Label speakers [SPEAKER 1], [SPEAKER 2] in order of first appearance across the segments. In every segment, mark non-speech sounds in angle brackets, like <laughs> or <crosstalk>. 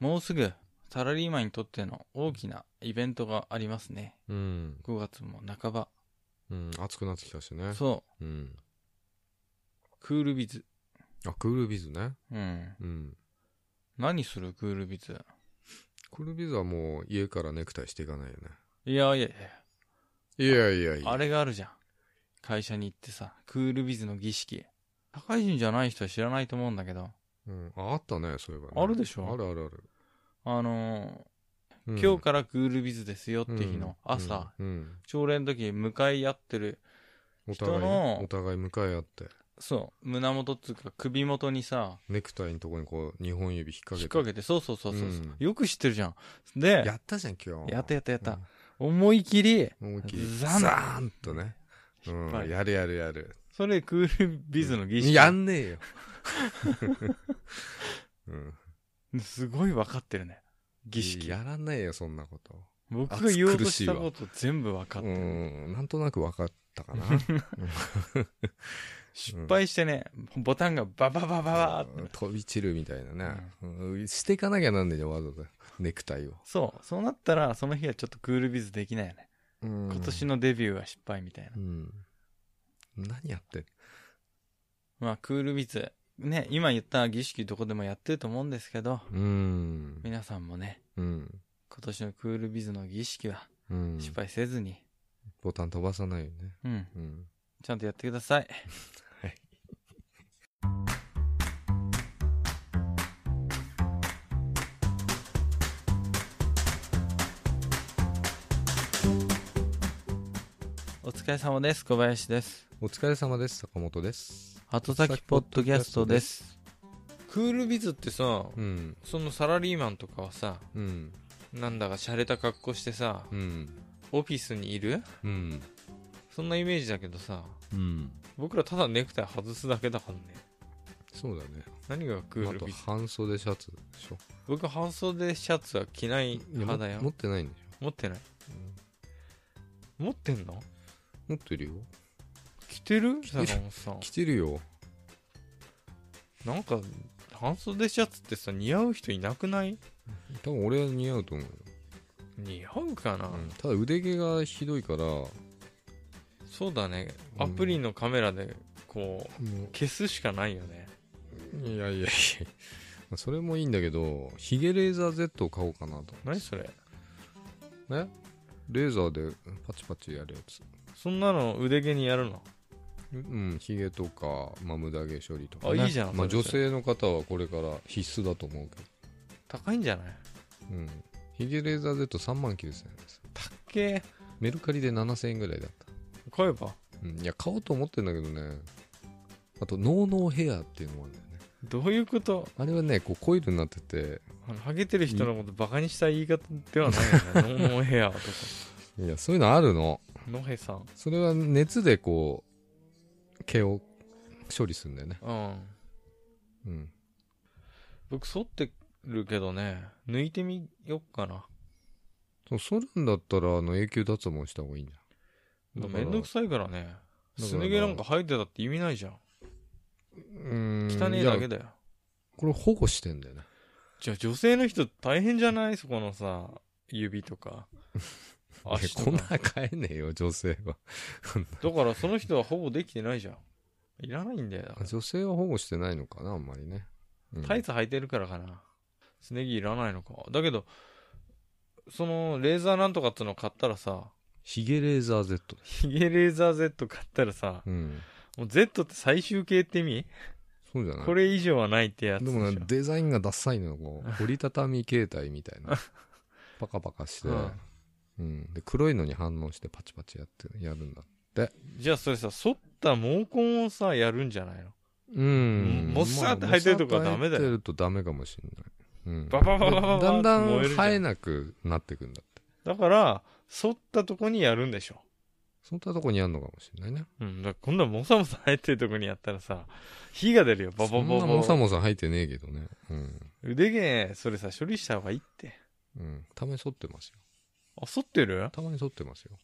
[SPEAKER 1] もうすぐサラリーマンにとっての大きなイベントがありますね。
[SPEAKER 2] うん。
[SPEAKER 1] 5月も半ば。
[SPEAKER 2] うん。暑くなってきたしね。。
[SPEAKER 1] そう
[SPEAKER 2] ん。
[SPEAKER 1] う、クールビズ。
[SPEAKER 2] あ、クールビズね。
[SPEAKER 1] うん。
[SPEAKER 2] うん。
[SPEAKER 1] 何するクールビズ。
[SPEAKER 2] クールビズはもう家からネクタイしていかないよね。
[SPEAKER 1] いやいやい
[SPEAKER 2] いやいやい
[SPEAKER 1] や、あ
[SPEAKER 2] や。
[SPEAKER 1] れがあるじゃん。会社に行ってさ、クールビズの儀式。社会人じゃない人は知らないと思うんだけど、
[SPEAKER 2] うん。ああったね、そういえばね。
[SPEAKER 1] あるでしょ
[SPEAKER 2] あるあるある。
[SPEAKER 1] あの
[SPEAKER 2] う
[SPEAKER 1] ー
[SPEAKER 2] ん
[SPEAKER 1] 今日からクールビズですよって日の朝、
[SPEAKER 2] うんうん
[SPEAKER 1] 朝礼の時に向かい合ってる、
[SPEAKER 2] お互い
[SPEAKER 1] 人の
[SPEAKER 2] お互い向かい合って
[SPEAKER 1] そう、胸元っつうか首元にさ、
[SPEAKER 2] ネクタイのとこにこう2本指引っ掛けて
[SPEAKER 1] 引っ掛けて、そうそうそうそうそう、
[SPEAKER 2] うん
[SPEAKER 1] よく知ってるじゃん。で、
[SPEAKER 2] やったじゃん今日
[SPEAKER 1] やったやったやった。思い切り、
[SPEAKER 2] うん思いっきり
[SPEAKER 1] ザン
[SPEAKER 2] ザーンとねう
[SPEAKER 1] 引っ張
[SPEAKER 2] ん
[SPEAKER 1] る
[SPEAKER 2] やるやるやる
[SPEAKER 1] それクールビズの儀式。
[SPEAKER 2] やんねえ
[SPEAKER 1] <laughs>
[SPEAKER 2] よ <laughs> うん
[SPEAKER 1] すごい分かってるね。儀式。
[SPEAKER 2] やらないよそんなこと
[SPEAKER 1] 僕が言おうとしたこと全部分かって
[SPEAKER 2] う
[SPEAKER 1] る。
[SPEAKER 2] んなんとなく分かっ
[SPEAKER 1] <laughs>
[SPEAKER 2] たかな
[SPEAKER 1] 失敗してね、ボタンがバババババーって。
[SPEAKER 2] うん飛び散るみたいなねうんしていかなきゃなんねえよわざわざネクタイを
[SPEAKER 1] そう。そうなったら、その日はちょっとクールビズできないよね。
[SPEAKER 2] 今
[SPEAKER 1] 今年のデビューは失敗みたいな。
[SPEAKER 2] うん何やってん
[SPEAKER 1] まあ、クールビズ。ね、今言った儀式どこでもやってると思うんですけど、
[SPEAKER 2] うん
[SPEAKER 1] 皆さんもね、
[SPEAKER 2] うん
[SPEAKER 1] 今年のクールビズの儀式は
[SPEAKER 2] うん
[SPEAKER 1] 失敗せずに、
[SPEAKER 2] ボタン飛ばさないよね。
[SPEAKER 1] うん、
[SPEAKER 2] うん。
[SPEAKER 1] ちゃんとやってくだ <laughs> さい。
[SPEAKER 2] はい。
[SPEAKER 1] お疲れ様です。小林です。
[SPEAKER 2] お疲れ様です。坂本です。
[SPEAKER 1] 後先ポッドキャストですクールビズってさ、
[SPEAKER 2] うん。
[SPEAKER 1] そのサラリーマンとかはさ
[SPEAKER 2] うん。
[SPEAKER 1] なんだか洒落た格好してさ
[SPEAKER 2] うん。
[SPEAKER 1] オフィスにいる
[SPEAKER 2] うん。
[SPEAKER 1] そんなイメージだけどさ
[SPEAKER 2] うん。
[SPEAKER 1] 僕らただネクタイ外すだけだからね
[SPEAKER 2] そうだね。
[SPEAKER 1] 何がクー
[SPEAKER 2] あ
[SPEAKER 1] ル
[SPEAKER 2] と
[SPEAKER 1] ビズ
[SPEAKER 2] 半袖シャツでしょ。
[SPEAKER 1] 僕半袖シャツは着ない派だ
[SPEAKER 2] いや
[SPEAKER 1] よ
[SPEAKER 2] も持ってないんでし
[SPEAKER 1] 持ってない
[SPEAKER 2] ょ。
[SPEAKER 1] 持ってんの
[SPEAKER 2] 持ってるよ。
[SPEAKER 1] 着てる
[SPEAKER 2] てる
[SPEAKER 1] 坂本さん
[SPEAKER 2] 着てるよ。
[SPEAKER 1] なんか半袖シャツってさ似合う人いなくない
[SPEAKER 2] 多分俺は似合うと思うよ。
[SPEAKER 1] 似合うかな、
[SPEAKER 2] うんただ腕毛がひどいから、も
[SPEAKER 1] そうだね
[SPEAKER 2] うん
[SPEAKER 1] アプリのカメラでこう
[SPEAKER 2] う
[SPEAKER 1] 消すしかないよね
[SPEAKER 2] いやいやいや。それもいいんだけど、ヒゲレーザー Z を買おうかなと。
[SPEAKER 1] 何それ
[SPEAKER 2] ねレーザーでパチパチやるやつ。
[SPEAKER 1] そんなの腕毛にやるの
[SPEAKER 2] うん、ひげとか、まあ、無駄毛処理とか、
[SPEAKER 1] あいいじゃん
[SPEAKER 2] まあ、
[SPEAKER 1] それ
[SPEAKER 2] 女性の方はこれから必須だと思うけ
[SPEAKER 1] 高いんじゃない
[SPEAKER 2] ど、うん、ひげレーザー Z3 万9000円です
[SPEAKER 1] たっけ
[SPEAKER 2] メルカリで7000円ぐらいだった、
[SPEAKER 1] 買えば
[SPEAKER 2] うん、いや買おうと思ってんだけどねあとノーノーヘアっていうのもあるんだよね
[SPEAKER 1] どういうこと
[SPEAKER 2] あれはねこうコイルになってて
[SPEAKER 1] あのハゲてる人のことバカにした言い方ではない <laughs> よねノノヘアとか
[SPEAKER 2] いやそういうのあるの
[SPEAKER 1] ノヘさん
[SPEAKER 2] それは熱でこう毛を処理するんだよね
[SPEAKER 1] うん
[SPEAKER 2] うん
[SPEAKER 1] 僕剃ってるけどね抜いてみよっかな
[SPEAKER 2] そう剃るんだったらあの永久脱毛した方がいいんじゃんだから
[SPEAKER 1] めんどくさいからね
[SPEAKER 2] ら
[SPEAKER 1] すね毛なんか生えてたって意味ないじゃん
[SPEAKER 2] うん
[SPEAKER 1] 汚ねえ
[SPEAKER 2] いや
[SPEAKER 1] だけだよ
[SPEAKER 2] これ保護してんだよね
[SPEAKER 1] じゃあ女性の人大変じゃないそこのさ指とか
[SPEAKER 2] <laughs> いや
[SPEAKER 1] 足と
[SPEAKER 2] こんな
[SPEAKER 1] か
[SPEAKER 2] 買えねえよ、女性は。
[SPEAKER 1] だからその人はほぼできてないじゃんいらないんだよだから
[SPEAKER 2] 女性は保護してないのかな、あんまりね。うん
[SPEAKER 1] タイツ履いてるからかな。スネギいらないのか。だけど、その、レーザーなんとかってのを買ったらさ、
[SPEAKER 2] ヒゲレーザー Z です。
[SPEAKER 1] ヒゲレーザー Z 買ったらさ、
[SPEAKER 2] うん。
[SPEAKER 1] もう Z って最終形って意味
[SPEAKER 2] そうじゃない
[SPEAKER 1] これ以上はないってやつ
[SPEAKER 2] で
[SPEAKER 1] でしょ。
[SPEAKER 2] もね、デザインがダサいのよ、こ
[SPEAKER 1] <laughs>
[SPEAKER 2] う。折りたたみ携帯みたいな。パカパカして、
[SPEAKER 1] うん
[SPEAKER 2] うん。で、黒いのに反応してパチパチやって、やるんだ。
[SPEAKER 1] じゃあそれさ、剃った毛根をさ、やるんじゃないの
[SPEAKER 2] うん。
[SPEAKER 1] もっさって履いてるとこはダメだよ
[SPEAKER 2] もっさって履いてるとダメかもしんない。うん。
[SPEAKER 1] ババババババ
[SPEAKER 2] だんだ
[SPEAKER 1] 燃
[SPEAKER 2] ん
[SPEAKER 1] えるじゃん
[SPEAKER 2] 生えなくなってくんだって。
[SPEAKER 1] だから、剃ったとこにやるんでしょ。
[SPEAKER 2] そんなとこにあんのかもしんないね。
[SPEAKER 1] うん、だからこんなもさもさ生えてるとこにやったらさ、火が出るよ、ババ
[SPEAKER 2] そん
[SPEAKER 1] バ
[SPEAKER 2] な
[SPEAKER 1] バ
[SPEAKER 2] もさ
[SPEAKER 1] バ。
[SPEAKER 2] もさ生えてねえけどね。うん。
[SPEAKER 1] 腕毛、それさ、処理した方がいいって。
[SPEAKER 2] うん。たまに剃ってますよ。
[SPEAKER 1] あ、剃ってる
[SPEAKER 2] たまに剃ってますよ。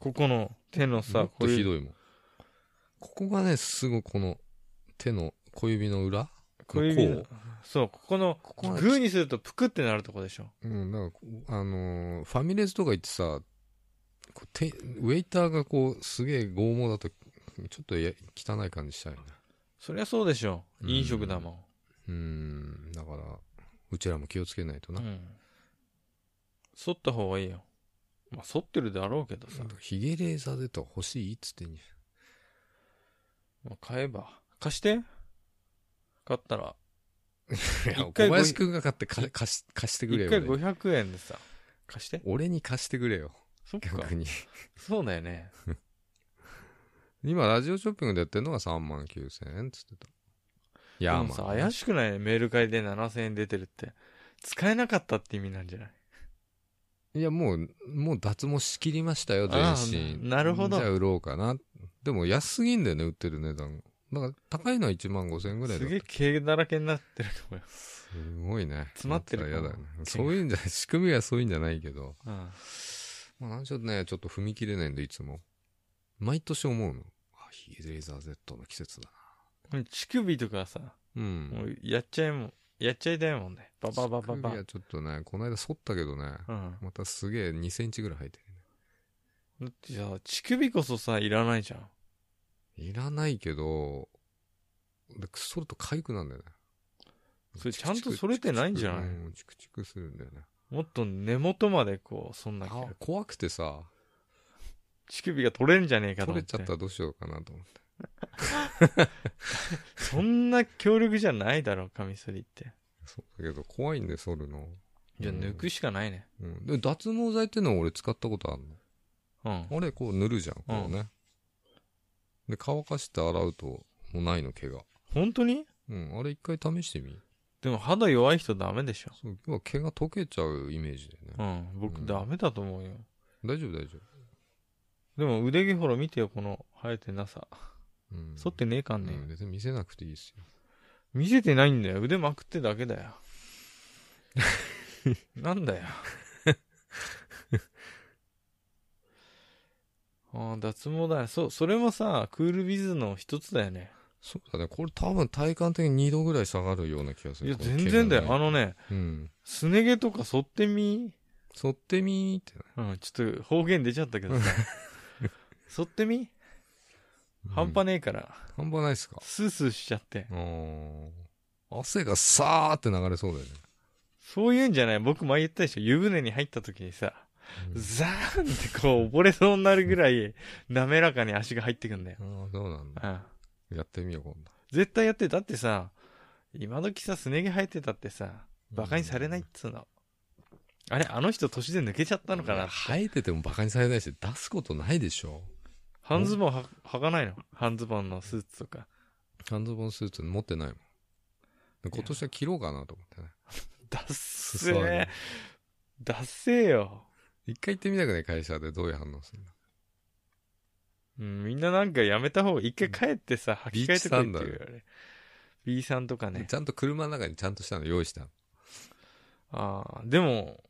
[SPEAKER 1] ここの手の
[SPEAKER 2] も
[SPEAKER 1] さ
[SPEAKER 2] っ、
[SPEAKER 1] ことういう
[SPEAKER 2] ひどいもん。ここがね、すごいこの手の小指の裏こ
[SPEAKER 1] 小指の
[SPEAKER 2] う
[SPEAKER 1] そう、ここの、
[SPEAKER 2] ここ
[SPEAKER 1] グーにするとプクってなるとこでしょ。
[SPEAKER 2] うん、なんかこう、あのーファミレスとか行ってさ、こうてウェイターがこう、すげえ剛毛だと、ちょっとや汚い感じしたよね。
[SPEAKER 1] そりゃそうでしょ。
[SPEAKER 2] うん
[SPEAKER 1] 飲食だも
[SPEAKER 2] うん、だから、うちらも気をつけないと
[SPEAKER 1] ん。
[SPEAKER 2] な。
[SPEAKER 1] う
[SPEAKER 2] なん
[SPEAKER 1] ん。剃った方がいいよ。まあ、剃ってるだろうけどさ。
[SPEAKER 2] かヒゲレーザー Z 欲しいっつってんじ
[SPEAKER 1] まあ、買えば。貸して買ったら。
[SPEAKER 2] ゃん。いや
[SPEAKER 1] 一回
[SPEAKER 2] 小林くんが買ってか貸し貸してくれ
[SPEAKER 1] 一
[SPEAKER 2] よ、
[SPEAKER 1] 回
[SPEAKER 2] 俺に
[SPEAKER 1] 500円でさ。貸して。
[SPEAKER 2] 俺に貸してくれよ、
[SPEAKER 1] そっか。
[SPEAKER 2] 逆に。
[SPEAKER 1] そうだよね。
[SPEAKER 2] 今、ラジオショッピングでやってるのが3万9000円っつってた。い
[SPEAKER 1] で
[SPEAKER 2] や、
[SPEAKER 1] もさ、
[SPEAKER 2] まあ、
[SPEAKER 1] 怪しくないメール会で7000円出てるって。使えなかったって意味なんじゃない
[SPEAKER 2] いや、もう、もう脱毛しきりましたよ、全
[SPEAKER 1] ああ
[SPEAKER 2] 身。
[SPEAKER 1] なるほど
[SPEAKER 2] じゃあ売ろうかな。でも安すぎんだよね、売ってる値段。だから高いのは1万5千円ぐらい
[SPEAKER 1] す
[SPEAKER 2] だった
[SPEAKER 1] げえ毛だらけになってると思うよ。
[SPEAKER 2] すごいね。
[SPEAKER 1] 詰まってるか
[SPEAKER 2] だ
[SPEAKER 1] な
[SPEAKER 2] ったら嫌だよね。そういうんじゃない、仕組みはそういうんじゃないけど。
[SPEAKER 1] うん。
[SPEAKER 2] まあ、なんちょっとね、ちょっと踏み切れないんで、いつも。毎年思うの。あ、ヒゲレーザー Z の季節だ
[SPEAKER 1] これ乳首とかさ、
[SPEAKER 2] な。うん。
[SPEAKER 1] もうやっちゃいもん、やっちゃいたいもんね。バババババ
[SPEAKER 2] 乳首はちょっとね、この間剃ったけどね。
[SPEAKER 1] うん。
[SPEAKER 2] またすげえ2センチぐらい生えて
[SPEAKER 1] だ
[SPEAKER 2] るね。
[SPEAKER 1] ってさ、乳首こそさ、いらないじゃん。
[SPEAKER 2] いらないけど、で剃ると痒くなんだよね。
[SPEAKER 1] それちゃんと剃れてないんじゃない
[SPEAKER 2] うんチクチクするんだよね。
[SPEAKER 1] もっと根元までこう、そんなきゃ
[SPEAKER 2] あ怖くてさ、
[SPEAKER 1] 乳首が取れんじゃねえかと思
[SPEAKER 2] 取
[SPEAKER 1] っ
[SPEAKER 2] れ
[SPEAKER 1] て。
[SPEAKER 2] ちゃったらどうしようかなと思って。
[SPEAKER 1] そんな強力じゃないだろ、カミソリって。
[SPEAKER 2] そうだけど、怖いんで、剃るの。
[SPEAKER 1] じゃあ
[SPEAKER 2] うん
[SPEAKER 1] 抜くしかないね。
[SPEAKER 2] うん。で、脱毛剤ってのを俺使ったことある
[SPEAKER 1] うん。
[SPEAKER 2] の。あれ、こう塗るじゃん、こうね。で、乾かして洗うと、もうないの、毛が。
[SPEAKER 1] 本当に
[SPEAKER 2] うん、あれ一回試してみ。
[SPEAKER 1] でも肌弱い人ダメでしょ。
[SPEAKER 2] そう、要は毛が溶けちゃうイメージだよ
[SPEAKER 1] う
[SPEAKER 2] ね。
[SPEAKER 1] ん。
[SPEAKER 2] う
[SPEAKER 1] 僕
[SPEAKER 2] ん
[SPEAKER 1] ダメだと思うよ。
[SPEAKER 2] 大丈夫、大丈
[SPEAKER 1] でも腕毛ほら見てよ、この生えてなさ。
[SPEAKER 2] 夫。うん。
[SPEAKER 1] 剃ってねえかんね
[SPEAKER 2] うん、別に見せなくていいですよ。
[SPEAKER 1] 見せてないんだよ。腕まくってだけだ
[SPEAKER 2] <laughs>
[SPEAKER 1] よ。なんだよ。 <laughs> ああ、脱毛だよ。そう、それもさ、クールビズの一つだよね。
[SPEAKER 2] そうだね、これ多分体感的に2度ぐらい下がるような気がす
[SPEAKER 1] い
[SPEAKER 2] る。
[SPEAKER 1] や、全然だよ。あの
[SPEAKER 2] の。
[SPEAKER 1] ね、
[SPEAKER 2] うん。
[SPEAKER 1] すね毛とか剃ってみ
[SPEAKER 2] 剃ってみーってね。
[SPEAKER 1] うん、ちょっと方言出ちゃった
[SPEAKER 2] <laughs>
[SPEAKER 1] けどさ。剃ってみ半
[SPEAKER 2] うん
[SPEAKER 1] 端ねえから、
[SPEAKER 2] 半端ないっすか。
[SPEAKER 1] スースーしちゃって。
[SPEAKER 2] うーん。汗がさーって流れそうだよね。
[SPEAKER 1] そういうんじゃない僕前言ったでしょ。湯船に入った時にさ、
[SPEAKER 2] うん
[SPEAKER 1] ザーンってこう溺れそうになるぐらい滑らかに足が入ってくんだよ。
[SPEAKER 2] ああ、そうなんだ。
[SPEAKER 1] うん。
[SPEAKER 2] やってみよう、今度。
[SPEAKER 1] 絶対やって、だってさ、今時さ、すね毛生えてたってさ、馬鹿にされないっつうの。あれ、あの人年で抜けちゃったのか
[SPEAKER 2] い
[SPEAKER 1] な
[SPEAKER 2] や生えててもバカにされないし、出すことないでしょ。
[SPEAKER 1] 半ズボンは履かないの半ズボンのスーツとか。
[SPEAKER 2] 半ズボンスーツ持ってないもん。で今年は着ろうかなと思ってね。
[SPEAKER 1] だっ
[SPEAKER 2] 裾
[SPEAKER 1] せ
[SPEAKER 2] 上
[SPEAKER 1] ー
[SPEAKER 2] げ。
[SPEAKER 1] だっせーよ。
[SPEAKER 2] 一回行ってみたくない会社でどういう反応するの
[SPEAKER 1] うん、みんななんかやめた方が、一回帰ってさ、履き替えてくれって
[SPEAKER 2] ビー
[SPEAKER 1] い
[SPEAKER 2] チサン
[SPEAKER 1] うよね。B さんとかね。
[SPEAKER 2] ちゃんと車の中にちゃんとしたの用意したの。 <laughs>
[SPEAKER 1] ああ、でも、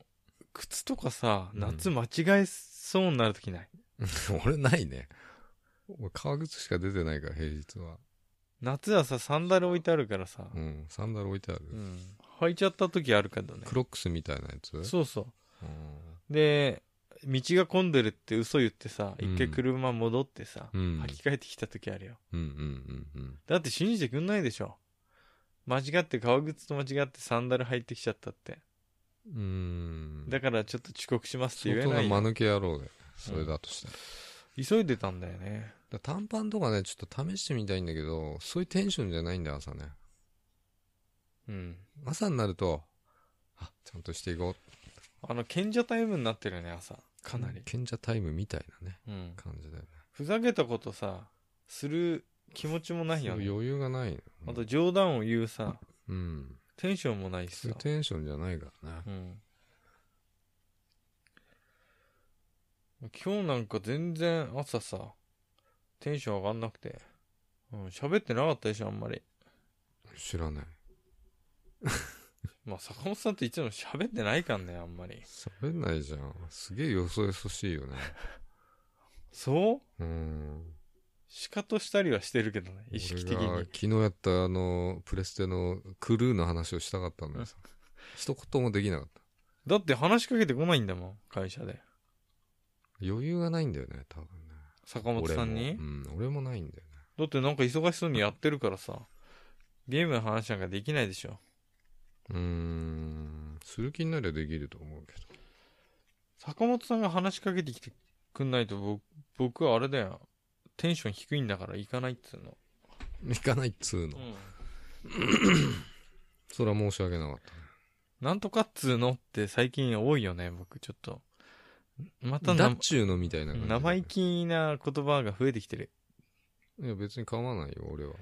[SPEAKER 1] 靴とかさ、
[SPEAKER 2] うん
[SPEAKER 1] 夏間違えそうになるときない。
[SPEAKER 2] 俺ないね。俺革靴しか出てないから、平日は。
[SPEAKER 1] 夏はさ、サンダル置いてあるからさ、
[SPEAKER 2] うん。サンダル置いてある。
[SPEAKER 1] うん。履いちゃったときあるけどね
[SPEAKER 2] ク。ロックスみたいなやつ
[SPEAKER 1] そうそ
[SPEAKER 2] うん
[SPEAKER 1] う。で、道が混んでるって嘘言ってさ、
[SPEAKER 2] うん
[SPEAKER 1] 一回車戻ってさ、
[SPEAKER 2] うん。
[SPEAKER 1] 履き替えてきた時あるよ。
[SPEAKER 2] うんうんうんうん。
[SPEAKER 1] だって信じてくんないでしょ。間違って革靴と間違ってサンダル履いてきちゃったって。
[SPEAKER 2] うーん。
[SPEAKER 1] だからちょっと遅刻しますって
[SPEAKER 2] 相
[SPEAKER 1] 言え
[SPEAKER 2] 当
[SPEAKER 1] な
[SPEAKER 2] ない間
[SPEAKER 1] よ。
[SPEAKER 2] 抜け野郎で。それだとしたら。
[SPEAKER 1] 急いでたんだよね。
[SPEAKER 2] だから短パンとかね、ちょっと試してみたいんだけど、そういうテンションじゃないんだよ、朝ね。
[SPEAKER 1] うん。
[SPEAKER 2] 朝になると、あ、ちゃんとしていこう。
[SPEAKER 1] あの、賢者タイムになってるよね、朝。かなり。
[SPEAKER 2] 賢者タイムみたいなね、
[SPEAKER 1] うん。
[SPEAKER 2] 感じだよね。
[SPEAKER 1] ふざけたことさ、する気持ちもないよね。
[SPEAKER 2] 余裕がないの。
[SPEAKER 1] あと冗談を言うさ、
[SPEAKER 2] うん。
[SPEAKER 1] テンションもないし
[SPEAKER 2] そう
[SPEAKER 1] さ
[SPEAKER 2] いう。テンションじゃないからね。
[SPEAKER 1] うん。今日なんか全然朝さ、テンション上がんなくて。うん、喋ってなかったでしょ、あんまり。
[SPEAKER 2] 知らない。
[SPEAKER 1] まあ、坂本さんっていつも喋ってないかんね、あんまり。
[SPEAKER 2] 喋んないじ
[SPEAKER 1] <laughs>
[SPEAKER 2] ゃん。すげえよそよそしいよね。
[SPEAKER 1] そう
[SPEAKER 2] うん。
[SPEAKER 1] シカトしたりはしてるけどね、意識的
[SPEAKER 2] 俺が
[SPEAKER 1] に
[SPEAKER 2] 昨。日やったあの、プレステのクルーの話をしたかったんだよ。一言もできなかった。
[SPEAKER 1] だって話しかけてこないんだもん、会社で。
[SPEAKER 2] 余裕がないんだよね、多分ね。
[SPEAKER 1] 坂本さんに。
[SPEAKER 2] 俺もうん、俺もないんだよね。
[SPEAKER 1] だってなんか忙しそうにやってるからさ、ゲームの話なんかできないでしょ。
[SPEAKER 2] うーん、する気になりゃできると思うけど。
[SPEAKER 1] 坂本さんが話しかけてきてくんないと僕、僕はあれだよ。テンション低いんだから行かないっつうの。
[SPEAKER 2] 行かないっつうの。それは申し訳なかった。
[SPEAKER 1] なんとかっつうのって最近多いよね、僕ちょっと。また
[SPEAKER 2] だ
[SPEAKER 1] な
[SPEAKER 2] っちゅうのみたいな感じだね
[SPEAKER 1] 生意気な言葉が増えてきてる。
[SPEAKER 2] いや、別に構わないよ、俺は。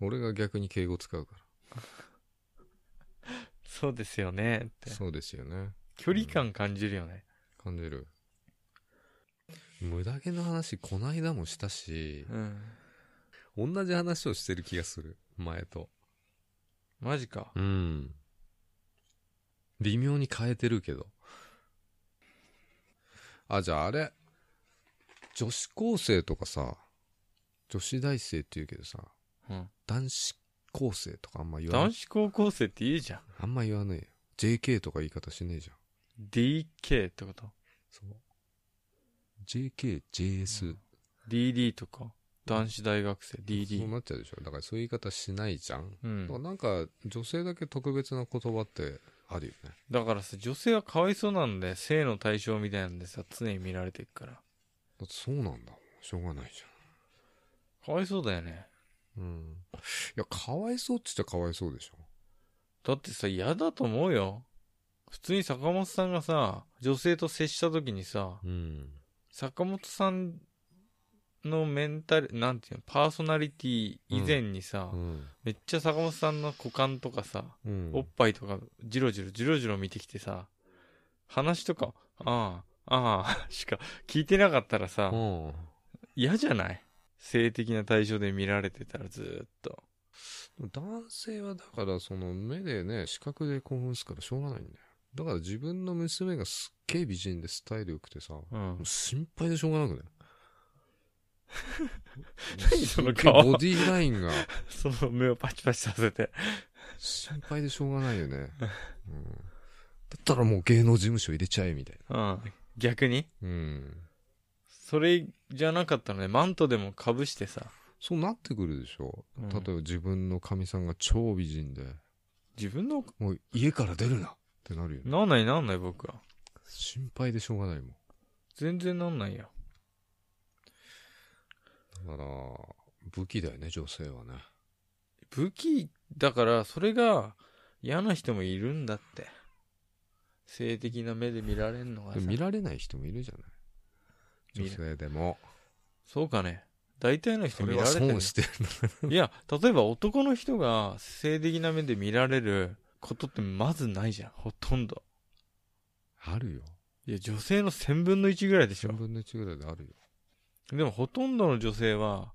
[SPEAKER 2] 俺が逆に敬語使うか
[SPEAKER 1] そうですよねって
[SPEAKER 2] ら。。そうですよね。
[SPEAKER 1] 距離感感じるよね。
[SPEAKER 2] 感じる。無駄毛の話、こないだもしたし、
[SPEAKER 1] うん。
[SPEAKER 2] 同じ話をしてる気がする。前と。
[SPEAKER 1] マジか。
[SPEAKER 2] うん。微妙に変えてるけど。あ、じゃああれ。女子高生とかさ、女子大生って言うけどさ、
[SPEAKER 1] うん
[SPEAKER 2] 男子高生とかあんま言わな
[SPEAKER 1] 男
[SPEAKER 2] い。
[SPEAKER 1] 子高校生って言うじゃん。
[SPEAKER 2] あんま言わねえよ。JK とか言い方しねえじゃん。
[SPEAKER 1] DK ってこと
[SPEAKER 2] そう。JK、JS、
[SPEAKER 1] ?DD とか。男子大学生
[SPEAKER 2] そう
[SPEAKER 1] DD。
[SPEAKER 2] なっちゃうでしょ。だからそういう言い方しないじゃん。
[SPEAKER 1] う
[SPEAKER 2] だから
[SPEAKER 1] ん。
[SPEAKER 2] なんか、女性だけ特別な言葉ってあるよね。
[SPEAKER 1] だからさ、女性はかわいそうなんで、性の対象みたいなんでさ、常に見られていくから。
[SPEAKER 2] だってそうなんだもん。しょうがないじゃん。
[SPEAKER 1] かわいそうだよね。
[SPEAKER 2] うん。いや、かわいそうって言っちゃかわいそうでしょ。
[SPEAKER 1] だってさ、嫌だと思うよ。普通に坂本さんがさ、女性と接した時にさ、
[SPEAKER 2] うん。
[SPEAKER 1] 坂本さんのメンタル、なんていうの、パーソナリティ以前にさ、
[SPEAKER 2] うん。
[SPEAKER 1] めっちゃ坂本さんの股間とかさ、
[SPEAKER 2] うん
[SPEAKER 1] おっぱいとか、じろじろ、じろじろ見てきてさ、話とか、ああ、ああ、 <laughs> しか聞いてなかったらさ、
[SPEAKER 2] うん。
[SPEAKER 1] 嫌じゃない性的な対象で見られてたらずーっと。
[SPEAKER 2] 男性はだから、その目でね、視覚で興奮するからしょうがないんだよ。だから自分の娘がすっげえ美人でスタイル良くてさ、も
[SPEAKER 1] うん <laughs>
[SPEAKER 2] う。心配でしょうがなくね。
[SPEAKER 1] 何その
[SPEAKER 2] すっげえ
[SPEAKER 1] 顔
[SPEAKER 2] ボディラインが
[SPEAKER 1] その目をパチパチさせて。
[SPEAKER 2] 心配でしょうがないよね。うん、だったらもう芸能事務所入れちゃえ、みたい
[SPEAKER 1] うん。逆に
[SPEAKER 2] な。うん。
[SPEAKER 1] それじゃなかったのね、マントでも被してさ、
[SPEAKER 2] そうなってくるでしょ。
[SPEAKER 1] うん
[SPEAKER 2] 例えば自分の神さんが超美人で、
[SPEAKER 1] 自分の、
[SPEAKER 2] もう家から出るなってなるよね。
[SPEAKER 1] なんないなんない僕は。
[SPEAKER 2] 心配でしょうがないもん。
[SPEAKER 1] 全然なんないよ。
[SPEAKER 2] だから、武器だよね、女性はね。
[SPEAKER 1] 武器だからそれが嫌な人もいるんだって性的な目で見られんのがさ
[SPEAKER 2] でも見られない人もいるじゃない。
[SPEAKER 1] 見
[SPEAKER 2] 女
[SPEAKER 1] る
[SPEAKER 2] 性でも。
[SPEAKER 1] そうかね大体の人
[SPEAKER 2] それ
[SPEAKER 1] 見ら
[SPEAKER 2] は
[SPEAKER 1] れてる
[SPEAKER 2] 損してるの。
[SPEAKER 1] いや例えば男の人が性的な目で見られることってまずないじゃんほとんど
[SPEAKER 2] あるよ。
[SPEAKER 1] いや女性の1000分の1ぐらいでし
[SPEAKER 2] 1000
[SPEAKER 1] ょ
[SPEAKER 2] 分の1ぐらいであるよ。
[SPEAKER 1] でもほとんどの女性は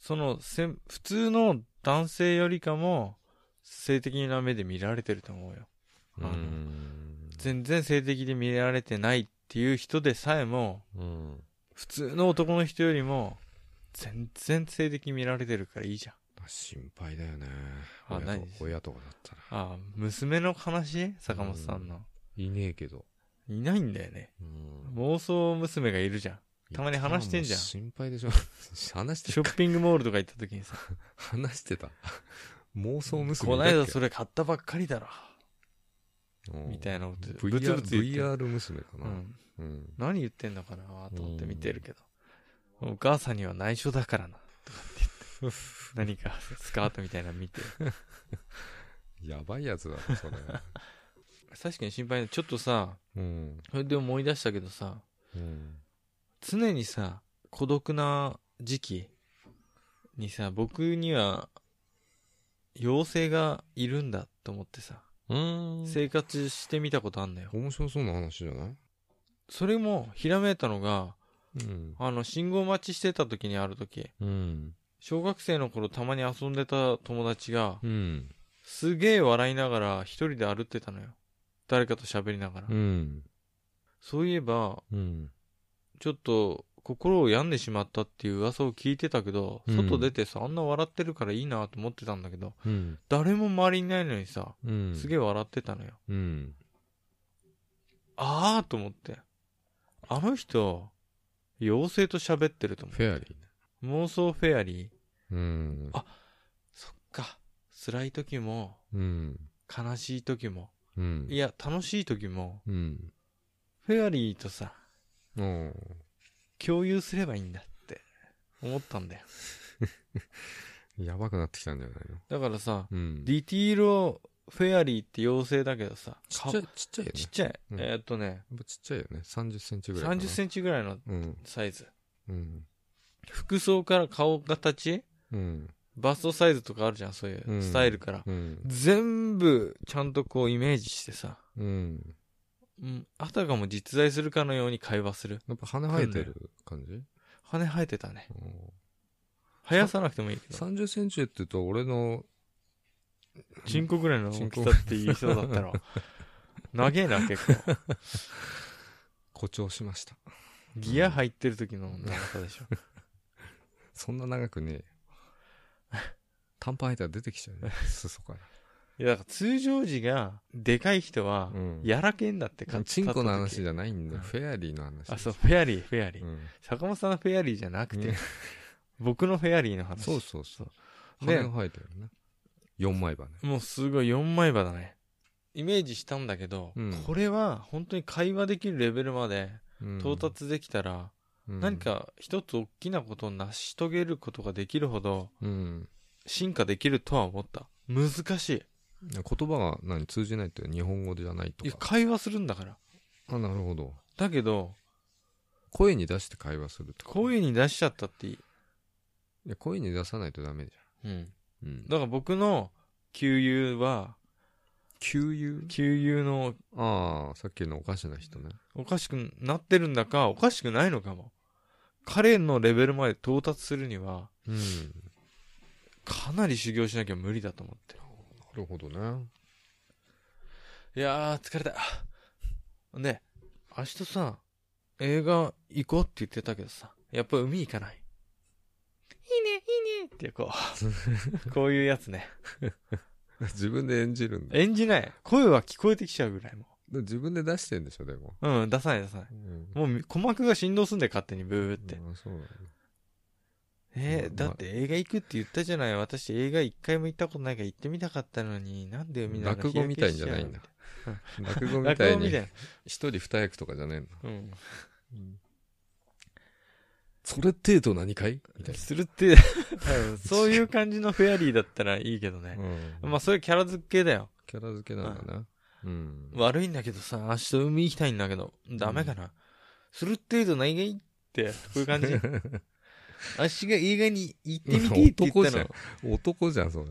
[SPEAKER 1] その1000普通の男性よりかも性的な目で見られてると思うよ
[SPEAKER 2] う
[SPEAKER 1] あの
[SPEAKER 2] ん。
[SPEAKER 1] 全然性的で見られてないっていう人でさえも
[SPEAKER 2] うん。
[SPEAKER 1] 普通の男の人よりも全然性的に見られてるからいいじゃん
[SPEAKER 2] 心配だよね。
[SPEAKER 1] あ
[SPEAKER 2] 親と
[SPEAKER 1] 何
[SPEAKER 2] 親とかだったら。
[SPEAKER 1] ああ娘の話坂本さんの
[SPEAKER 2] いねえけど。
[SPEAKER 1] いないんだよね
[SPEAKER 2] うん
[SPEAKER 1] 妄想娘がいるじゃんたまに話してんじゃん
[SPEAKER 2] いや心
[SPEAKER 1] <laughs>
[SPEAKER 2] 配でしょ。話して
[SPEAKER 1] ショッピングモールとか行った時にさ
[SPEAKER 2] 話してた。妄想娘
[SPEAKER 1] こないだそ
[SPEAKER 2] れ、
[SPEAKER 1] れ買ったばっかりだろ
[SPEAKER 2] うん
[SPEAKER 1] みたいなこと
[SPEAKER 2] VR
[SPEAKER 1] ブツブツ言って
[SPEAKER 2] VR 娘か
[SPEAKER 1] う
[SPEAKER 2] な。
[SPEAKER 1] ん、
[SPEAKER 2] うん。
[SPEAKER 1] 何言ってんのかなと思って見てるけどお母さんには内緒だからなとかって言って何かスカートみたいなの見て
[SPEAKER 2] やばいやつだ
[SPEAKER 1] <laughs>
[SPEAKER 2] な、それ。
[SPEAKER 1] 確かに心配だちょっとさ
[SPEAKER 2] うん。
[SPEAKER 1] それで思い出したけどさ
[SPEAKER 2] うん。
[SPEAKER 1] 常にさ孤独な時期にさ僕には妖精がいるんだと思ってさ
[SPEAKER 2] うん
[SPEAKER 1] 生活してみたことあんのよ
[SPEAKER 2] 面白そうな話じゃない
[SPEAKER 1] それもひらめいたのが
[SPEAKER 2] うん。
[SPEAKER 1] あの信号待ちしてた時にある時
[SPEAKER 2] うん。
[SPEAKER 1] 小学生の頃たまに遊んでた友達が
[SPEAKER 2] うん。
[SPEAKER 1] すげえ笑いながら一人で歩ってたのよ誰かと喋りながら
[SPEAKER 2] うん。
[SPEAKER 1] そういえば
[SPEAKER 2] うん。
[SPEAKER 1] ちょっと心を病んでしまったっていう噂を聞いてたけど、
[SPEAKER 2] うん
[SPEAKER 1] 外出てさ、あんな笑ってるからいいなと思ってたんだけど、
[SPEAKER 2] うん。
[SPEAKER 1] 誰も周りにいないのにさ、
[SPEAKER 2] うん。
[SPEAKER 1] すげえ笑ってたのよ。
[SPEAKER 2] うん。
[SPEAKER 1] あーと思って。あの人、妖精と喋ってると思
[SPEAKER 2] フェアリーね。
[SPEAKER 1] う。妄想フェアリー。
[SPEAKER 2] うん。
[SPEAKER 1] あそっか。辛い時も、
[SPEAKER 2] うん。
[SPEAKER 1] 悲しい時も、
[SPEAKER 2] うん。
[SPEAKER 1] いや、楽しい時も、
[SPEAKER 2] うん。
[SPEAKER 1] フェアリーとさ、
[SPEAKER 2] おー
[SPEAKER 1] 共有すればいいんだって思ったんだよ。
[SPEAKER 2] やばくなってきたんじゃないの
[SPEAKER 1] だからさ、
[SPEAKER 2] うん。
[SPEAKER 1] ディティールをフェアリーって妖精だけどさ、
[SPEAKER 2] ちっちゃい
[SPEAKER 1] か、
[SPEAKER 2] ちっちゃいよね。
[SPEAKER 1] ちっちゃい。
[SPEAKER 2] うん
[SPEAKER 1] えーっとね、
[SPEAKER 2] やっぱちっちゃいよね。30センチぐらいかな。
[SPEAKER 1] 30センチぐらいの
[SPEAKER 2] うん。
[SPEAKER 1] サイズ。
[SPEAKER 2] うん。
[SPEAKER 1] 服装から顔形
[SPEAKER 2] うん。
[SPEAKER 1] バストサイズとかあるじゃん、そういううんスタイルから。
[SPEAKER 2] うん。
[SPEAKER 1] 全部ちゃんとこうイメージしてさ、
[SPEAKER 2] うん。
[SPEAKER 1] うん、あたかも実在するかのように会話する。
[SPEAKER 2] やっぱ鼻生えてる感じ
[SPEAKER 1] 羽生えてたね。
[SPEAKER 2] おー
[SPEAKER 1] 生やさなくてもいいけど。
[SPEAKER 2] 30センチって言うと、俺の、
[SPEAKER 1] チンコぐらいの
[SPEAKER 2] チ
[SPEAKER 1] 大
[SPEAKER 2] ン
[SPEAKER 1] き
[SPEAKER 2] コ
[SPEAKER 1] さって言いそうだった <laughs> ろ。長えな、結構。
[SPEAKER 2] 誇張しました。 <laughs>
[SPEAKER 1] ギア入ってる時の長さでしょ。
[SPEAKER 2] そんな長くねえよ。 <laughs> 短パン履いたら出てきちゃ
[SPEAKER 1] <laughs>
[SPEAKER 2] うね。裾から。
[SPEAKER 1] いや、だから通常時が、でかい人は
[SPEAKER 2] うん、
[SPEAKER 1] やらけんだって、か
[SPEAKER 2] チンコの話
[SPEAKER 1] 立っ
[SPEAKER 2] じゃないんだよ。
[SPEAKER 1] うん
[SPEAKER 2] フェアリーの話。
[SPEAKER 1] た時あ、そう、フェアリー、フェアリー。
[SPEAKER 2] うん。
[SPEAKER 1] 坂本さんのフェアリーじゃなくて
[SPEAKER 2] ね、
[SPEAKER 1] 僕のフェアリーの話。
[SPEAKER 2] そうそうそう。
[SPEAKER 1] ね
[SPEAKER 2] 羽が生えてるね。4枚羽ね。
[SPEAKER 1] もうすごい4枚刃だね。イメージしたんだけど、
[SPEAKER 2] うん
[SPEAKER 1] これは本当に会話できるレベルまで
[SPEAKER 2] うん
[SPEAKER 1] 到、達できたら、
[SPEAKER 2] うん
[SPEAKER 1] 何、か一つ大きなことを成し遂げることができるほど
[SPEAKER 2] うん。
[SPEAKER 1] 進化できるとは思った。難しい。
[SPEAKER 2] 言葉が何通じないって日本語じゃない
[SPEAKER 1] い
[SPEAKER 2] と
[SPEAKER 1] や
[SPEAKER 2] か。
[SPEAKER 1] 会話するんだから。
[SPEAKER 2] あ、なるほど。
[SPEAKER 1] だけど、
[SPEAKER 2] 声に出して会話するとか。
[SPEAKER 1] 声に出しちゃったっていい。
[SPEAKER 2] いや声に出さないとダメじ
[SPEAKER 1] うん。
[SPEAKER 2] ゃん。うん。
[SPEAKER 1] だから僕の給油は、
[SPEAKER 2] 給油
[SPEAKER 1] 給油の
[SPEAKER 2] ああ、さっきのおかしな人ね。
[SPEAKER 1] おかしくなってるんだか、おかしくないのかも。彼のレベルまで到達するには、
[SPEAKER 2] うん。な
[SPEAKER 1] かなり修行しなきゃ無理だと思って
[SPEAKER 2] るほどね。 <laughs>
[SPEAKER 1] いやー疲れたね明日さ映画行こうって言ってたけどさやっぱ海行かないいいねいいねってこ
[SPEAKER 2] <laughs>
[SPEAKER 1] うこういうやつね
[SPEAKER 2] 自分で演じるんだ。
[SPEAKER 1] 演じない声は聞こえてきちゃうぐらいも
[SPEAKER 2] 自分で出してんでしょ、でも。
[SPEAKER 1] ううん出さない出さない
[SPEAKER 2] うん。
[SPEAKER 1] もうみ鼓膜が振動すんで勝手にブーって、
[SPEAKER 2] あそうなんだ
[SPEAKER 1] え
[SPEAKER 2] うん
[SPEAKER 1] ー、だって映画行くって言ったじゃない私映画一回も行ったことないから行ってみたかったのになんで海なの
[SPEAKER 2] 落語みたいんじゃないんだ。落語みた
[SPEAKER 1] 落
[SPEAKER 2] い
[SPEAKER 1] 語み
[SPEAKER 2] に
[SPEAKER 1] たいな、
[SPEAKER 2] 一人二役とかじゃねえんだ。
[SPEAKER 1] うん、
[SPEAKER 2] それ程度何かいみたい
[SPEAKER 1] <laughs> する
[SPEAKER 2] <laughs>
[SPEAKER 1] って、そういう感じのフェアリーだったらいいけど
[SPEAKER 2] な。
[SPEAKER 1] ね。
[SPEAKER 2] うん。
[SPEAKER 1] まあそういうキャラ付けだよ。
[SPEAKER 2] キャラ付けなんだな。うん。
[SPEAKER 1] 悪いんだけどさ、明日海行きたいんだけど、ダメかな。する程度ないがいって、こういう感じ。
[SPEAKER 2] <laughs>
[SPEAKER 1] 足が映画に行ってみてえって言
[SPEAKER 2] 男
[SPEAKER 1] っ
[SPEAKER 2] じ
[SPEAKER 1] た
[SPEAKER 2] ゃん
[SPEAKER 1] の。。
[SPEAKER 2] 男じゃん、それ。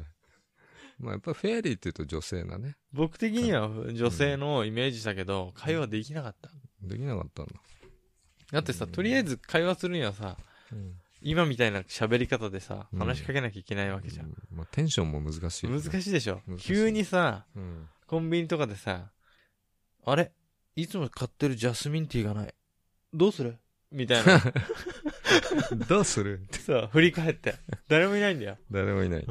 [SPEAKER 2] まあやっぱフェアリーって言うと女性だね。
[SPEAKER 1] 僕的には女性のイメージだけど、会話できなかった。
[SPEAKER 2] できなかったんだ。
[SPEAKER 1] だってさ、とりあえず会話するにはさ、
[SPEAKER 2] うん。
[SPEAKER 1] 今みたいな喋り方でさ、
[SPEAKER 2] うん
[SPEAKER 1] 話しかけなきゃいけないわけじゃん。
[SPEAKER 2] まあテンションも難しい。
[SPEAKER 1] 難
[SPEAKER 2] い。
[SPEAKER 1] しいでしょ
[SPEAKER 2] 難。しい
[SPEAKER 1] 急にさ、
[SPEAKER 2] うん。
[SPEAKER 1] コンビニとかでさ、あれいつも買ってるジャスミンティーがない。どうするみたいな。
[SPEAKER 2] どうする
[SPEAKER 1] さ、振り返って。誰もいないんだよ。
[SPEAKER 2] 誰もいない。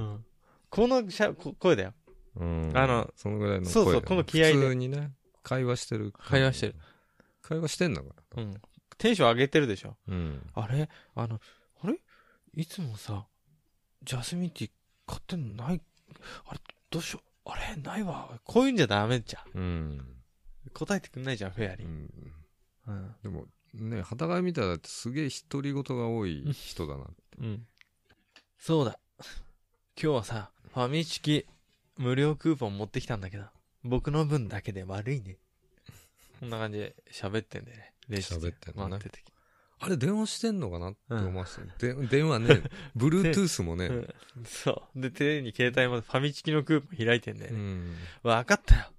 [SPEAKER 1] このしゃこ声だよ。
[SPEAKER 2] うん
[SPEAKER 1] あの、
[SPEAKER 2] そのぐらいの声だね。
[SPEAKER 1] そうそうこの気合で
[SPEAKER 2] 普通にね、会話してる。
[SPEAKER 1] 会話してる。
[SPEAKER 2] 会話してんだか
[SPEAKER 1] う
[SPEAKER 2] ら。
[SPEAKER 1] ん。テンション上げてるでしょ。
[SPEAKER 2] うん。
[SPEAKER 1] あれあの、あれいつもさ、ジャスミンティー買ってんのない。あれどうしよう。あれないわ。こういうんじゃダメじゃん。
[SPEAKER 2] うん。
[SPEAKER 1] 答えてくんないじゃん、フェア
[SPEAKER 2] う
[SPEAKER 1] リー。
[SPEAKER 2] ん
[SPEAKER 1] うん。
[SPEAKER 2] でも、ね、傍から見たらだってすげえ独り言が多い人だな。
[SPEAKER 1] うん。そうだ。今日はさ、ファミチキ無料クーポン持ってきたんだけど、僕の分だけで悪いね。こんな感じで喋ってんだよね。レジで
[SPEAKER 2] 喋ってんのね
[SPEAKER 1] 待ってて
[SPEAKER 2] あれ、電話してんのかなって
[SPEAKER 1] うん
[SPEAKER 2] 思わせて。で電話
[SPEAKER 1] <laughs>
[SPEAKER 2] ね、Bluetooth もね。
[SPEAKER 1] うん。そう。で、手に携帯もファミチキのクーポン開いてんだよ
[SPEAKER 2] う
[SPEAKER 1] ね。
[SPEAKER 2] ん。
[SPEAKER 1] わ、かったよ。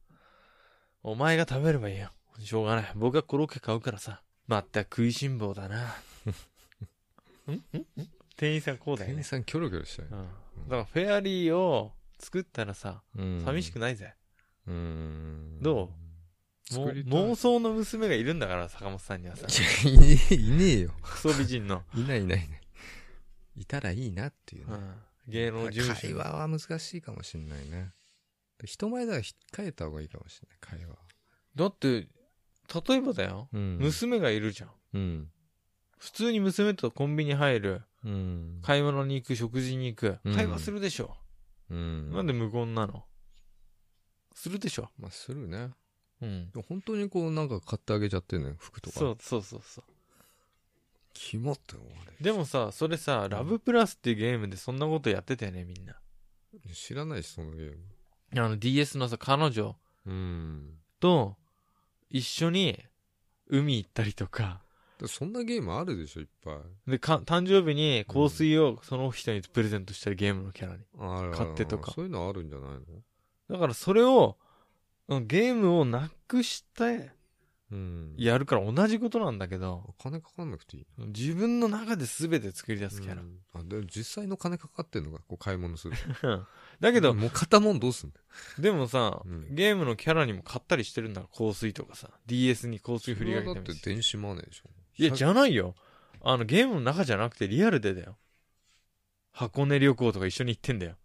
[SPEAKER 1] お前が食べればいいよ。しょうがない。僕がコロッケ買うからさ。まったく食いしん坊だ
[SPEAKER 2] <laughs>
[SPEAKER 1] な。んんん店員さんこうだ
[SPEAKER 2] 店
[SPEAKER 1] よ
[SPEAKER 2] 員
[SPEAKER 1] ね。
[SPEAKER 2] さんキョロキョロしちゃう
[SPEAKER 1] う
[SPEAKER 2] よ。
[SPEAKER 1] ん。だからフェアリーを作ったらさ、
[SPEAKER 2] うん
[SPEAKER 1] 寂しくないぜ。
[SPEAKER 2] うん。
[SPEAKER 1] どもう
[SPEAKER 2] 作りたい
[SPEAKER 1] 妄想の娘がいるんだから、坂本さんに
[SPEAKER 2] <laughs>
[SPEAKER 1] はさ。
[SPEAKER 2] いやいねえいねえよ
[SPEAKER 1] クソ美人の。
[SPEAKER 2] いないいないいないいたらいいなって <laughs> いう
[SPEAKER 1] う
[SPEAKER 2] ね、
[SPEAKER 1] ん。芸能事務所
[SPEAKER 2] 会。話は難しいかもしんないね人前だから控えた方がいいかもしんない会話は
[SPEAKER 1] だって、例えばだよ。
[SPEAKER 2] うん
[SPEAKER 1] 娘がいるじゃん。
[SPEAKER 2] うん
[SPEAKER 1] 普通に娘とコンビニ入る。
[SPEAKER 2] うん
[SPEAKER 1] 買い物に行く、食事に行く。
[SPEAKER 2] うん
[SPEAKER 1] 会話するでしょ。
[SPEAKER 2] うん
[SPEAKER 1] なんで無言なのするでしょ。
[SPEAKER 2] まあするね
[SPEAKER 1] うん。
[SPEAKER 2] でも本当にこうなんか買ってあげちゃってんのよ服とか
[SPEAKER 1] そうそうそうそう。
[SPEAKER 2] キモって思われ
[SPEAKER 1] でもさ、それさ、ラブプラスっていうゲームでそんなことやってたよね、みんな。
[SPEAKER 2] る知らないしそのゲーム
[SPEAKER 1] あの DS のさ、彼女
[SPEAKER 2] うん
[SPEAKER 1] と一緒に海行ったりとか、
[SPEAKER 2] だそんなゲームあるでしょいっぱい
[SPEAKER 1] で、か誕生日に香水をその人にプレゼントしたりゲームのキャラに。
[SPEAKER 2] あるある
[SPEAKER 1] 買ってとか
[SPEAKER 2] そういうのあるんじゃないの
[SPEAKER 1] だからそれを、うんゲームをなくして
[SPEAKER 2] うん
[SPEAKER 1] やるから同じことなんだけど、
[SPEAKER 2] お金かかんなくていい
[SPEAKER 1] 自分の中で全て作り出すキャ
[SPEAKER 2] うんあでも実際の金かかってんのかこう買い物する
[SPEAKER 1] ラ。だけど、
[SPEAKER 2] もう片もんどうすんだよ
[SPEAKER 1] でもさ、
[SPEAKER 2] うん
[SPEAKER 1] ゲームのキャラにも買ったりしてるんだから、香水とかさ、DS に香水振りかけ
[SPEAKER 2] そ
[SPEAKER 1] てみ
[SPEAKER 2] れはだ
[SPEAKER 1] る
[SPEAKER 2] って電子マネーでしょ
[SPEAKER 1] いや、じゃないよ。あの、ゲームの中じゃなくてリアルでだよ。箱根旅行とか一緒に行ってんだよ。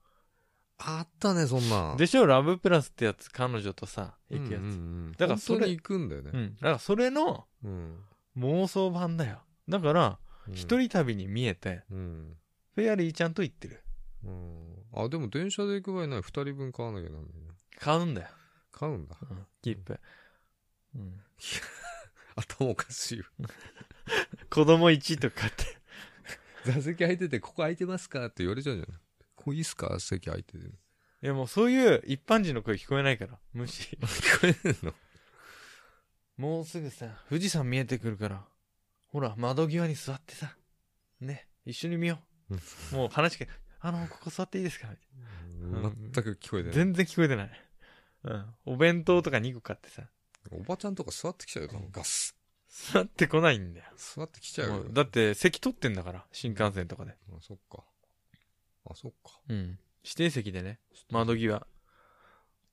[SPEAKER 2] あったねそんなん
[SPEAKER 1] でしょラブプラスってやつ、彼女とさ、
[SPEAKER 2] うん
[SPEAKER 1] 行くやつ。
[SPEAKER 2] う
[SPEAKER 1] うん
[SPEAKER 2] うんん
[SPEAKER 1] だからそれ
[SPEAKER 2] 本当に行くんだよね
[SPEAKER 1] だから、それの
[SPEAKER 2] うん
[SPEAKER 1] 妄想版だよ。だから、
[SPEAKER 2] うん
[SPEAKER 1] 一人旅に見えて、
[SPEAKER 2] うん
[SPEAKER 1] フェアリーちゃんと行ってる。
[SPEAKER 2] うんあでも電車で行く場合ない2人分買わなきゃなんないね
[SPEAKER 1] 買うんだよ。
[SPEAKER 2] 買うんだ
[SPEAKER 1] うん、切符。うん。
[SPEAKER 2] 頭おかしいよ
[SPEAKER 1] 子供1とかって。
[SPEAKER 2] 座席空いててここ空いてますかって言われちゃうじゃないここいいっすか席空いてて聞
[SPEAKER 1] いや、もうそういう一般人の声聞こえないから。無視。
[SPEAKER 2] こえるの
[SPEAKER 1] もうすぐさ、富士山見えてくるから、ほら、窓際に座ってさ、ね、一緒に見よう。もう話しかけ、あの、ここ座っていいですかみたい
[SPEAKER 2] うん全く聞こえて
[SPEAKER 1] な
[SPEAKER 2] ない
[SPEAKER 1] 全然聞こえてない。うん。お弁当とか2個買ってさ、
[SPEAKER 2] おばちゃんとか座ってきちゃうよガス
[SPEAKER 1] 座ってこないんだよ。
[SPEAKER 2] 座ってきちゃう
[SPEAKER 1] も
[SPEAKER 2] よ
[SPEAKER 1] うだって席取ってんだから、新幹線とかで。
[SPEAKER 2] あそっかあそっか
[SPEAKER 1] うん。指定席でね、窓際。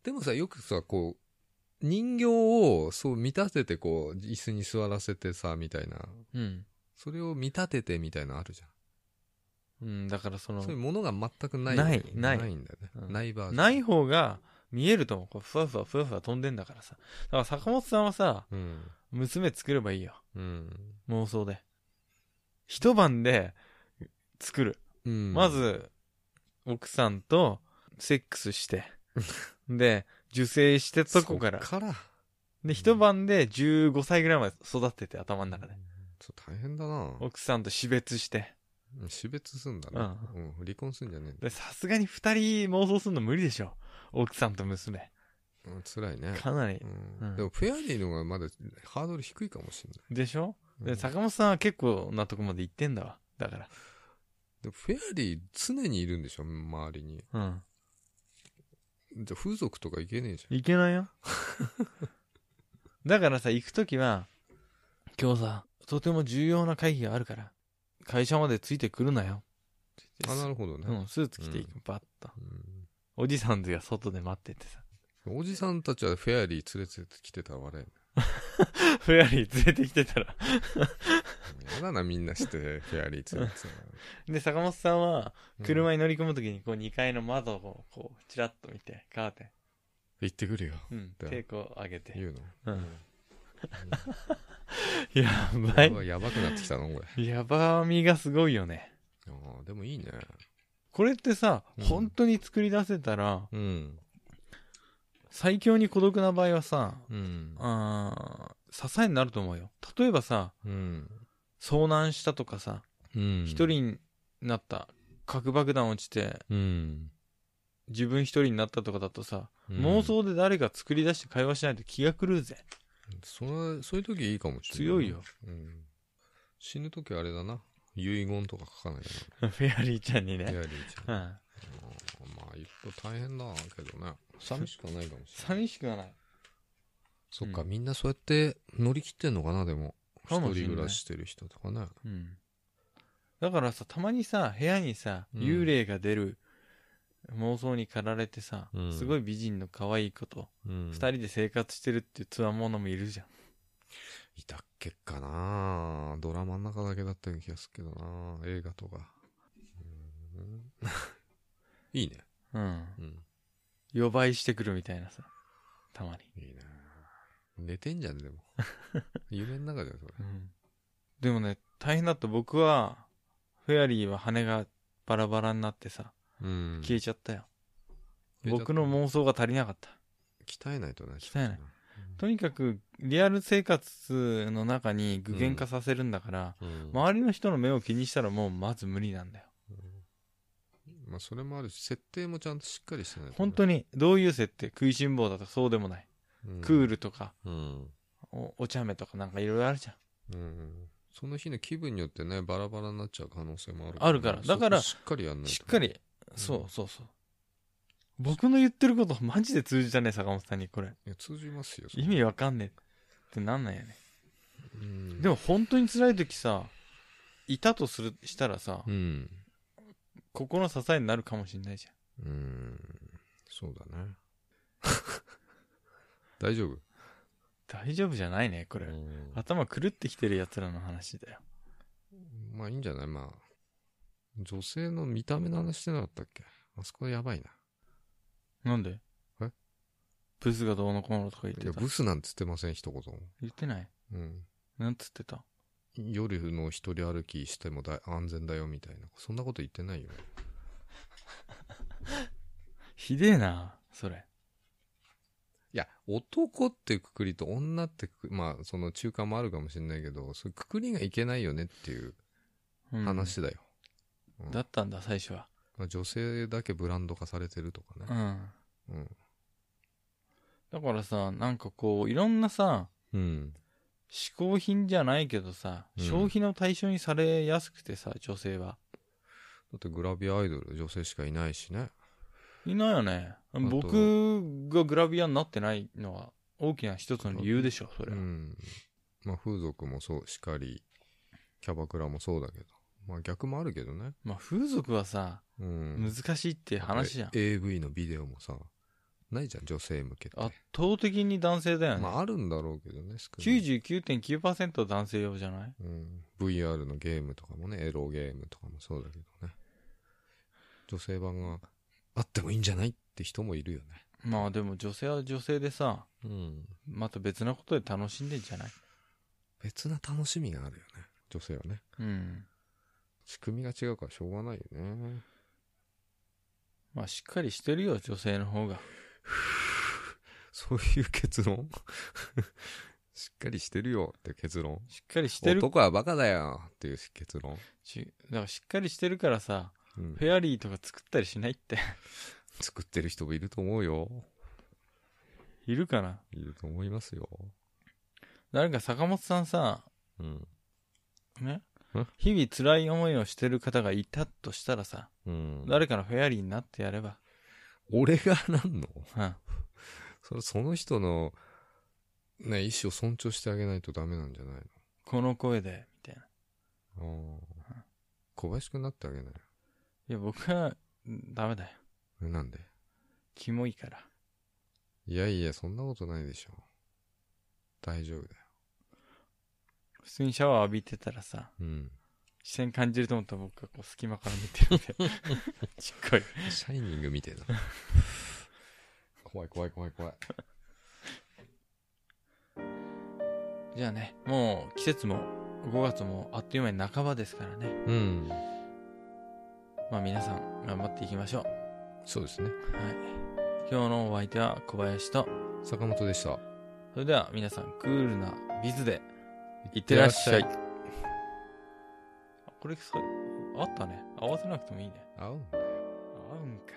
[SPEAKER 2] でもさ、よくさ、こう、人形をそう見立ててこう、椅子に座らせてさ、みたいな。
[SPEAKER 1] うん。
[SPEAKER 2] それを見立ててみたいなのあるじゃ
[SPEAKER 1] うん、だからそ
[SPEAKER 2] ん。
[SPEAKER 1] の
[SPEAKER 2] そういう、ものが全くない。
[SPEAKER 1] ないない
[SPEAKER 2] ないんだよね。
[SPEAKER 1] うん
[SPEAKER 2] ないバージョン。
[SPEAKER 1] ない方が見えると思う。こうふわふわふわふわ飛んでんだからさ。だから坂本さんはさ、
[SPEAKER 2] うん。
[SPEAKER 1] 娘作ればいいよ。
[SPEAKER 2] うん。
[SPEAKER 1] 妄想で。一晩で作る。
[SPEAKER 2] うん。
[SPEAKER 1] ま、ず、奥さんとセックスして、
[SPEAKER 2] <laughs>
[SPEAKER 1] で、受精してそこから。
[SPEAKER 2] そっから。
[SPEAKER 1] で、一晩で15歳ぐらいまで育てて、頭の中で。
[SPEAKER 2] そう、大変だな
[SPEAKER 1] 奥さんと死別して。
[SPEAKER 2] うん死別すんだね。うん。離婚すんじゃねえ
[SPEAKER 1] で、さすがに二人妄想するの無理でしょ。奥さんと娘。
[SPEAKER 2] んだ。うん辛いね。
[SPEAKER 1] かなり
[SPEAKER 2] う。。
[SPEAKER 1] うんん
[SPEAKER 2] でも、フェアリーの方がまだハードル低いかもしれない。
[SPEAKER 1] でしょ
[SPEAKER 2] う
[SPEAKER 1] で、
[SPEAKER 2] ん
[SPEAKER 1] 坂本さんは結構なとこまで行ってんだわ。だか
[SPEAKER 2] でもフェアリー常にいるんでしょ周りに。
[SPEAKER 1] ら。うん。
[SPEAKER 2] じゃあ風俗とか行けねえじ
[SPEAKER 1] いけないよ。 <laughs> だからさ、行くときは、今日さ、とても重要な会議があるから、会社までついてくるなよ。
[SPEAKER 2] ゃん。あ、なるほどね。
[SPEAKER 1] うん、スーツ着ていく、バッと。
[SPEAKER 2] うん
[SPEAKER 1] おじさんたちが外で待っててさ、 <laughs>
[SPEAKER 2] おじさんたちはフェアリー連れてきてたら笑えん
[SPEAKER 1] フェアリー連れてきてたら。
[SPEAKER 2] やだな、みんなして、フェアリー連れてきてたら
[SPEAKER 1] で、坂本さんは、車に乗り込むときに、こう、2階の窓を、こう、ちらっと見て、カーテ
[SPEAKER 2] 行ってくるよ。
[SPEAKER 1] ン。うん、
[SPEAKER 2] だ
[SPEAKER 1] 手こう上げて。
[SPEAKER 2] 言う
[SPEAKER 1] <laughs>
[SPEAKER 2] の。
[SPEAKER 1] うん。やば
[SPEAKER 2] や
[SPEAKER 1] い
[SPEAKER 2] ば。やばくなってきたの、これ。
[SPEAKER 1] やばみがすごいよね。
[SPEAKER 2] あーでもいいね。
[SPEAKER 1] これってさ、
[SPEAKER 2] うん
[SPEAKER 1] 本当に作り出せたら、
[SPEAKER 2] うん。
[SPEAKER 1] 最強に孤独な場合はさ、
[SPEAKER 2] うん。
[SPEAKER 1] あー支えになると思うよ。例えばさ、
[SPEAKER 2] うん。
[SPEAKER 1] 遭難したとかさ、
[SPEAKER 2] うん。
[SPEAKER 1] 一、人になった、核爆弾落ちて、
[SPEAKER 2] うん。
[SPEAKER 1] 自分一人になったとかだとさ、妄想で誰か作り出して会話しないと気が狂うぜ。
[SPEAKER 2] それ、そういう時いいかもしれ
[SPEAKER 1] 強
[SPEAKER 2] ない。
[SPEAKER 1] いよ。。
[SPEAKER 2] うん。死ぬ時あれだな。遺言とか書かない
[SPEAKER 1] <laughs>
[SPEAKER 2] か
[SPEAKER 1] フェアリーちゃんに
[SPEAKER 2] な。フ
[SPEAKER 1] ね。
[SPEAKER 2] ェアリーちゃ。
[SPEAKER 1] うんん。
[SPEAKER 2] まあ、いろいろ大変だけどね。寂しくはないかもしれない。
[SPEAKER 1] 寂しくはない。
[SPEAKER 2] そっか、
[SPEAKER 1] うん
[SPEAKER 2] みんなそうやって乗り切ってんのかな、でも。
[SPEAKER 1] か
[SPEAKER 2] 一
[SPEAKER 1] もしんない
[SPEAKER 2] 人暮らししてる人とかね。
[SPEAKER 1] うん。だからさ、たまにさ、部屋にさ、
[SPEAKER 2] うん
[SPEAKER 1] 幽霊が出る、妄想に駆られてさ、
[SPEAKER 2] うん
[SPEAKER 1] すごい美人の可愛い子と
[SPEAKER 2] うん
[SPEAKER 1] 二人で生活してるっていうつわものもいるじゃん。
[SPEAKER 2] いたっけかなドラマの中だけだったような気がするけどな映画とか。うーん <laughs> いいね。
[SPEAKER 1] うん。
[SPEAKER 2] うん。
[SPEAKER 1] 予売してくるみたいなさ、たまに。
[SPEAKER 2] いいね。寝てんじゃん、 <laughs> でも。夢の中じゃん、それ。
[SPEAKER 1] うん。でもね、大変だった僕は、フェアリーは羽がバラバラになってさ、
[SPEAKER 2] うん。
[SPEAKER 1] 消えちゃったよ。
[SPEAKER 2] え
[SPEAKER 1] 僕の妄想が足りなかった。
[SPEAKER 2] 鍛えないとね。
[SPEAKER 1] 鍛えない
[SPEAKER 2] ちょっ
[SPEAKER 1] とにかく、リアル生活の中に具現化させるんだから、
[SPEAKER 2] とな。うん。
[SPEAKER 1] 周りの人の目を気にしたらもうまず無理なんだよ。
[SPEAKER 2] まあ、それもあるし、設定もちゃんとしっかりしてないとね
[SPEAKER 1] 本当に、どういう設定食いしん坊だとかそうでもない。
[SPEAKER 2] うん
[SPEAKER 1] クールとか、
[SPEAKER 2] うん。
[SPEAKER 1] おお茶目とかなんかいろいろあるじゃん。
[SPEAKER 2] うん。その日の気分によってね、バラバラになっちゃう可能性もある
[SPEAKER 1] あるからだから
[SPEAKER 2] そこしっかりやんないと。
[SPEAKER 1] しっか。り、そうそうそう。僕の言ってることマジで通じたね、坂本さんにこれ。
[SPEAKER 2] いや、通じますよ。それ
[SPEAKER 1] 意味わかんねえってなんないよね。
[SPEAKER 2] うん
[SPEAKER 1] でも本当に辛い時さ、いたとする、したらさ
[SPEAKER 2] う、ん。
[SPEAKER 1] ここの支えになるかもしんないじ
[SPEAKER 2] うん。そうだね。 <laughs> 大丈
[SPEAKER 1] ゃ
[SPEAKER 2] 夫
[SPEAKER 1] ん。大丈夫じゃないね、これ。
[SPEAKER 2] うん
[SPEAKER 1] 頭狂ってきてる奴らの話だよ。
[SPEAKER 2] まあいいんじゃないまあ。女性の見た目の話してなかったっけあそこやばいな。
[SPEAKER 1] なんで
[SPEAKER 2] え
[SPEAKER 1] ブスがどうのこうのとか言っ
[SPEAKER 2] い
[SPEAKER 1] て
[SPEAKER 2] や、
[SPEAKER 1] た
[SPEAKER 2] ブ。スなんつってません、一言も。
[SPEAKER 1] 言ってない
[SPEAKER 2] うん。
[SPEAKER 1] なんつってた
[SPEAKER 2] 夜の一人歩きしてもだ安全だよみたいな。そんなこと言ってないよ。
[SPEAKER 1] ひでえな、それ。
[SPEAKER 2] いや、男ってくくりと女ってくくまあその中間もあるかもしれないけど、そういうくくりがいけないよねっていう
[SPEAKER 1] うん
[SPEAKER 2] 話だよ。うん
[SPEAKER 1] だったんだ、最初は。
[SPEAKER 2] まあ、女性だけブランド化されてるとか
[SPEAKER 1] う
[SPEAKER 2] ね。
[SPEAKER 1] ん。
[SPEAKER 2] うん。
[SPEAKER 1] だからさ、なんかこう、いろんなさ、
[SPEAKER 2] うん。
[SPEAKER 1] 嗜好品じゃないけどさ、
[SPEAKER 2] うん
[SPEAKER 1] 消費の対象にされやすくてさ、女性は。
[SPEAKER 2] だってグラビアアイドル女性しかいないしね。
[SPEAKER 1] いないよね。
[SPEAKER 2] と
[SPEAKER 1] 僕がグラビアになってないのは大きな一つの理由でしょ、それ
[SPEAKER 2] う
[SPEAKER 1] は。
[SPEAKER 2] ん。まあ風俗もそうしかり、キャバクラもそうだけど。まあ逆もあるけどね。
[SPEAKER 1] まあ風俗はさ、
[SPEAKER 2] うん。
[SPEAKER 1] 難しいって話じゃん。
[SPEAKER 2] AV のビデオもさ、ないじゃん、女性向けって。
[SPEAKER 1] 圧倒的に男性だよね。
[SPEAKER 2] まああるんだろうけどね、少ない
[SPEAKER 1] 99.9%男性用じゃない
[SPEAKER 2] うん。VR のゲームとかもね、エロゲームとかもそうだけどね。女性版があってもいいんじゃないって人もいるよね。
[SPEAKER 1] まあでも女性は女性でさ、
[SPEAKER 2] うん。
[SPEAKER 1] また別なことで楽しんでんじゃない
[SPEAKER 2] 別な楽しみがあるよね。女性はね。
[SPEAKER 1] うん。
[SPEAKER 2] 仕組みが違うからしょうがないよね。
[SPEAKER 1] まあしっかりしてるよ、女性の方が。
[SPEAKER 2] そういう結論 <laughs> しっかりしてるよって結論。
[SPEAKER 1] しっかりしてる。
[SPEAKER 2] 男はバカだよっていう結論。
[SPEAKER 1] しだからしっかりしてるからさ、
[SPEAKER 2] うん
[SPEAKER 1] フェアリーとか作ったりしないって。 <laughs>
[SPEAKER 2] 作ってる人もいると思うよ。
[SPEAKER 1] いるかない
[SPEAKER 2] ると思いますよ。
[SPEAKER 1] 誰か坂本さんさ、
[SPEAKER 2] うん。
[SPEAKER 1] ね
[SPEAKER 2] ん
[SPEAKER 1] 日々辛い思いをしてる方がいたとしたらさ、
[SPEAKER 2] うん。
[SPEAKER 1] 誰かのフェアリーになってやれば、
[SPEAKER 2] 俺がなんの
[SPEAKER 1] うん。
[SPEAKER 2] それその人の、ね、意思を尊重してあげないとダメなんじゃない
[SPEAKER 1] この声で、みたいな。
[SPEAKER 2] のああ。小林くんになってあげない
[SPEAKER 1] いや、僕は、んダメだよ。
[SPEAKER 2] えなんで
[SPEAKER 1] キモいから。
[SPEAKER 2] いやいや、そんなことないでしょ。大丈夫だよ。
[SPEAKER 1] 普通にシャワー浴びてたらさ、
[SPEAKER 2] うん。
[SPEAKER 1] 視線感じると思ったら僕はこう隙間から見てるんで。ちっこい。
[SPEAKER 2] シャイニングみたいな。 <laughs> 怖い怖い怖い怖い。
[SPEAKER 1] じゃあね、もう季節も5月もあっという間に半ばですからね。
[SPEAKER 2] うん。
[SPEAKER 1] まあ皆さん頑張っていきましょう。
[SPEAKER 2] そうですね。
[SPEAKER 1] はい。今日のお相手は小林と、
[SPEAKER 2] 坂本でした。
[SPEAKER 1] それでは皆さんクールなビズで、いってらっしゃい。これ、そう、あったね。合わせなくてもいいね。
[SPEAKER 2] あう
[SPEAKER 1] 合
[SPEAKER 2] ん。
[SPEAKER 1] うんか。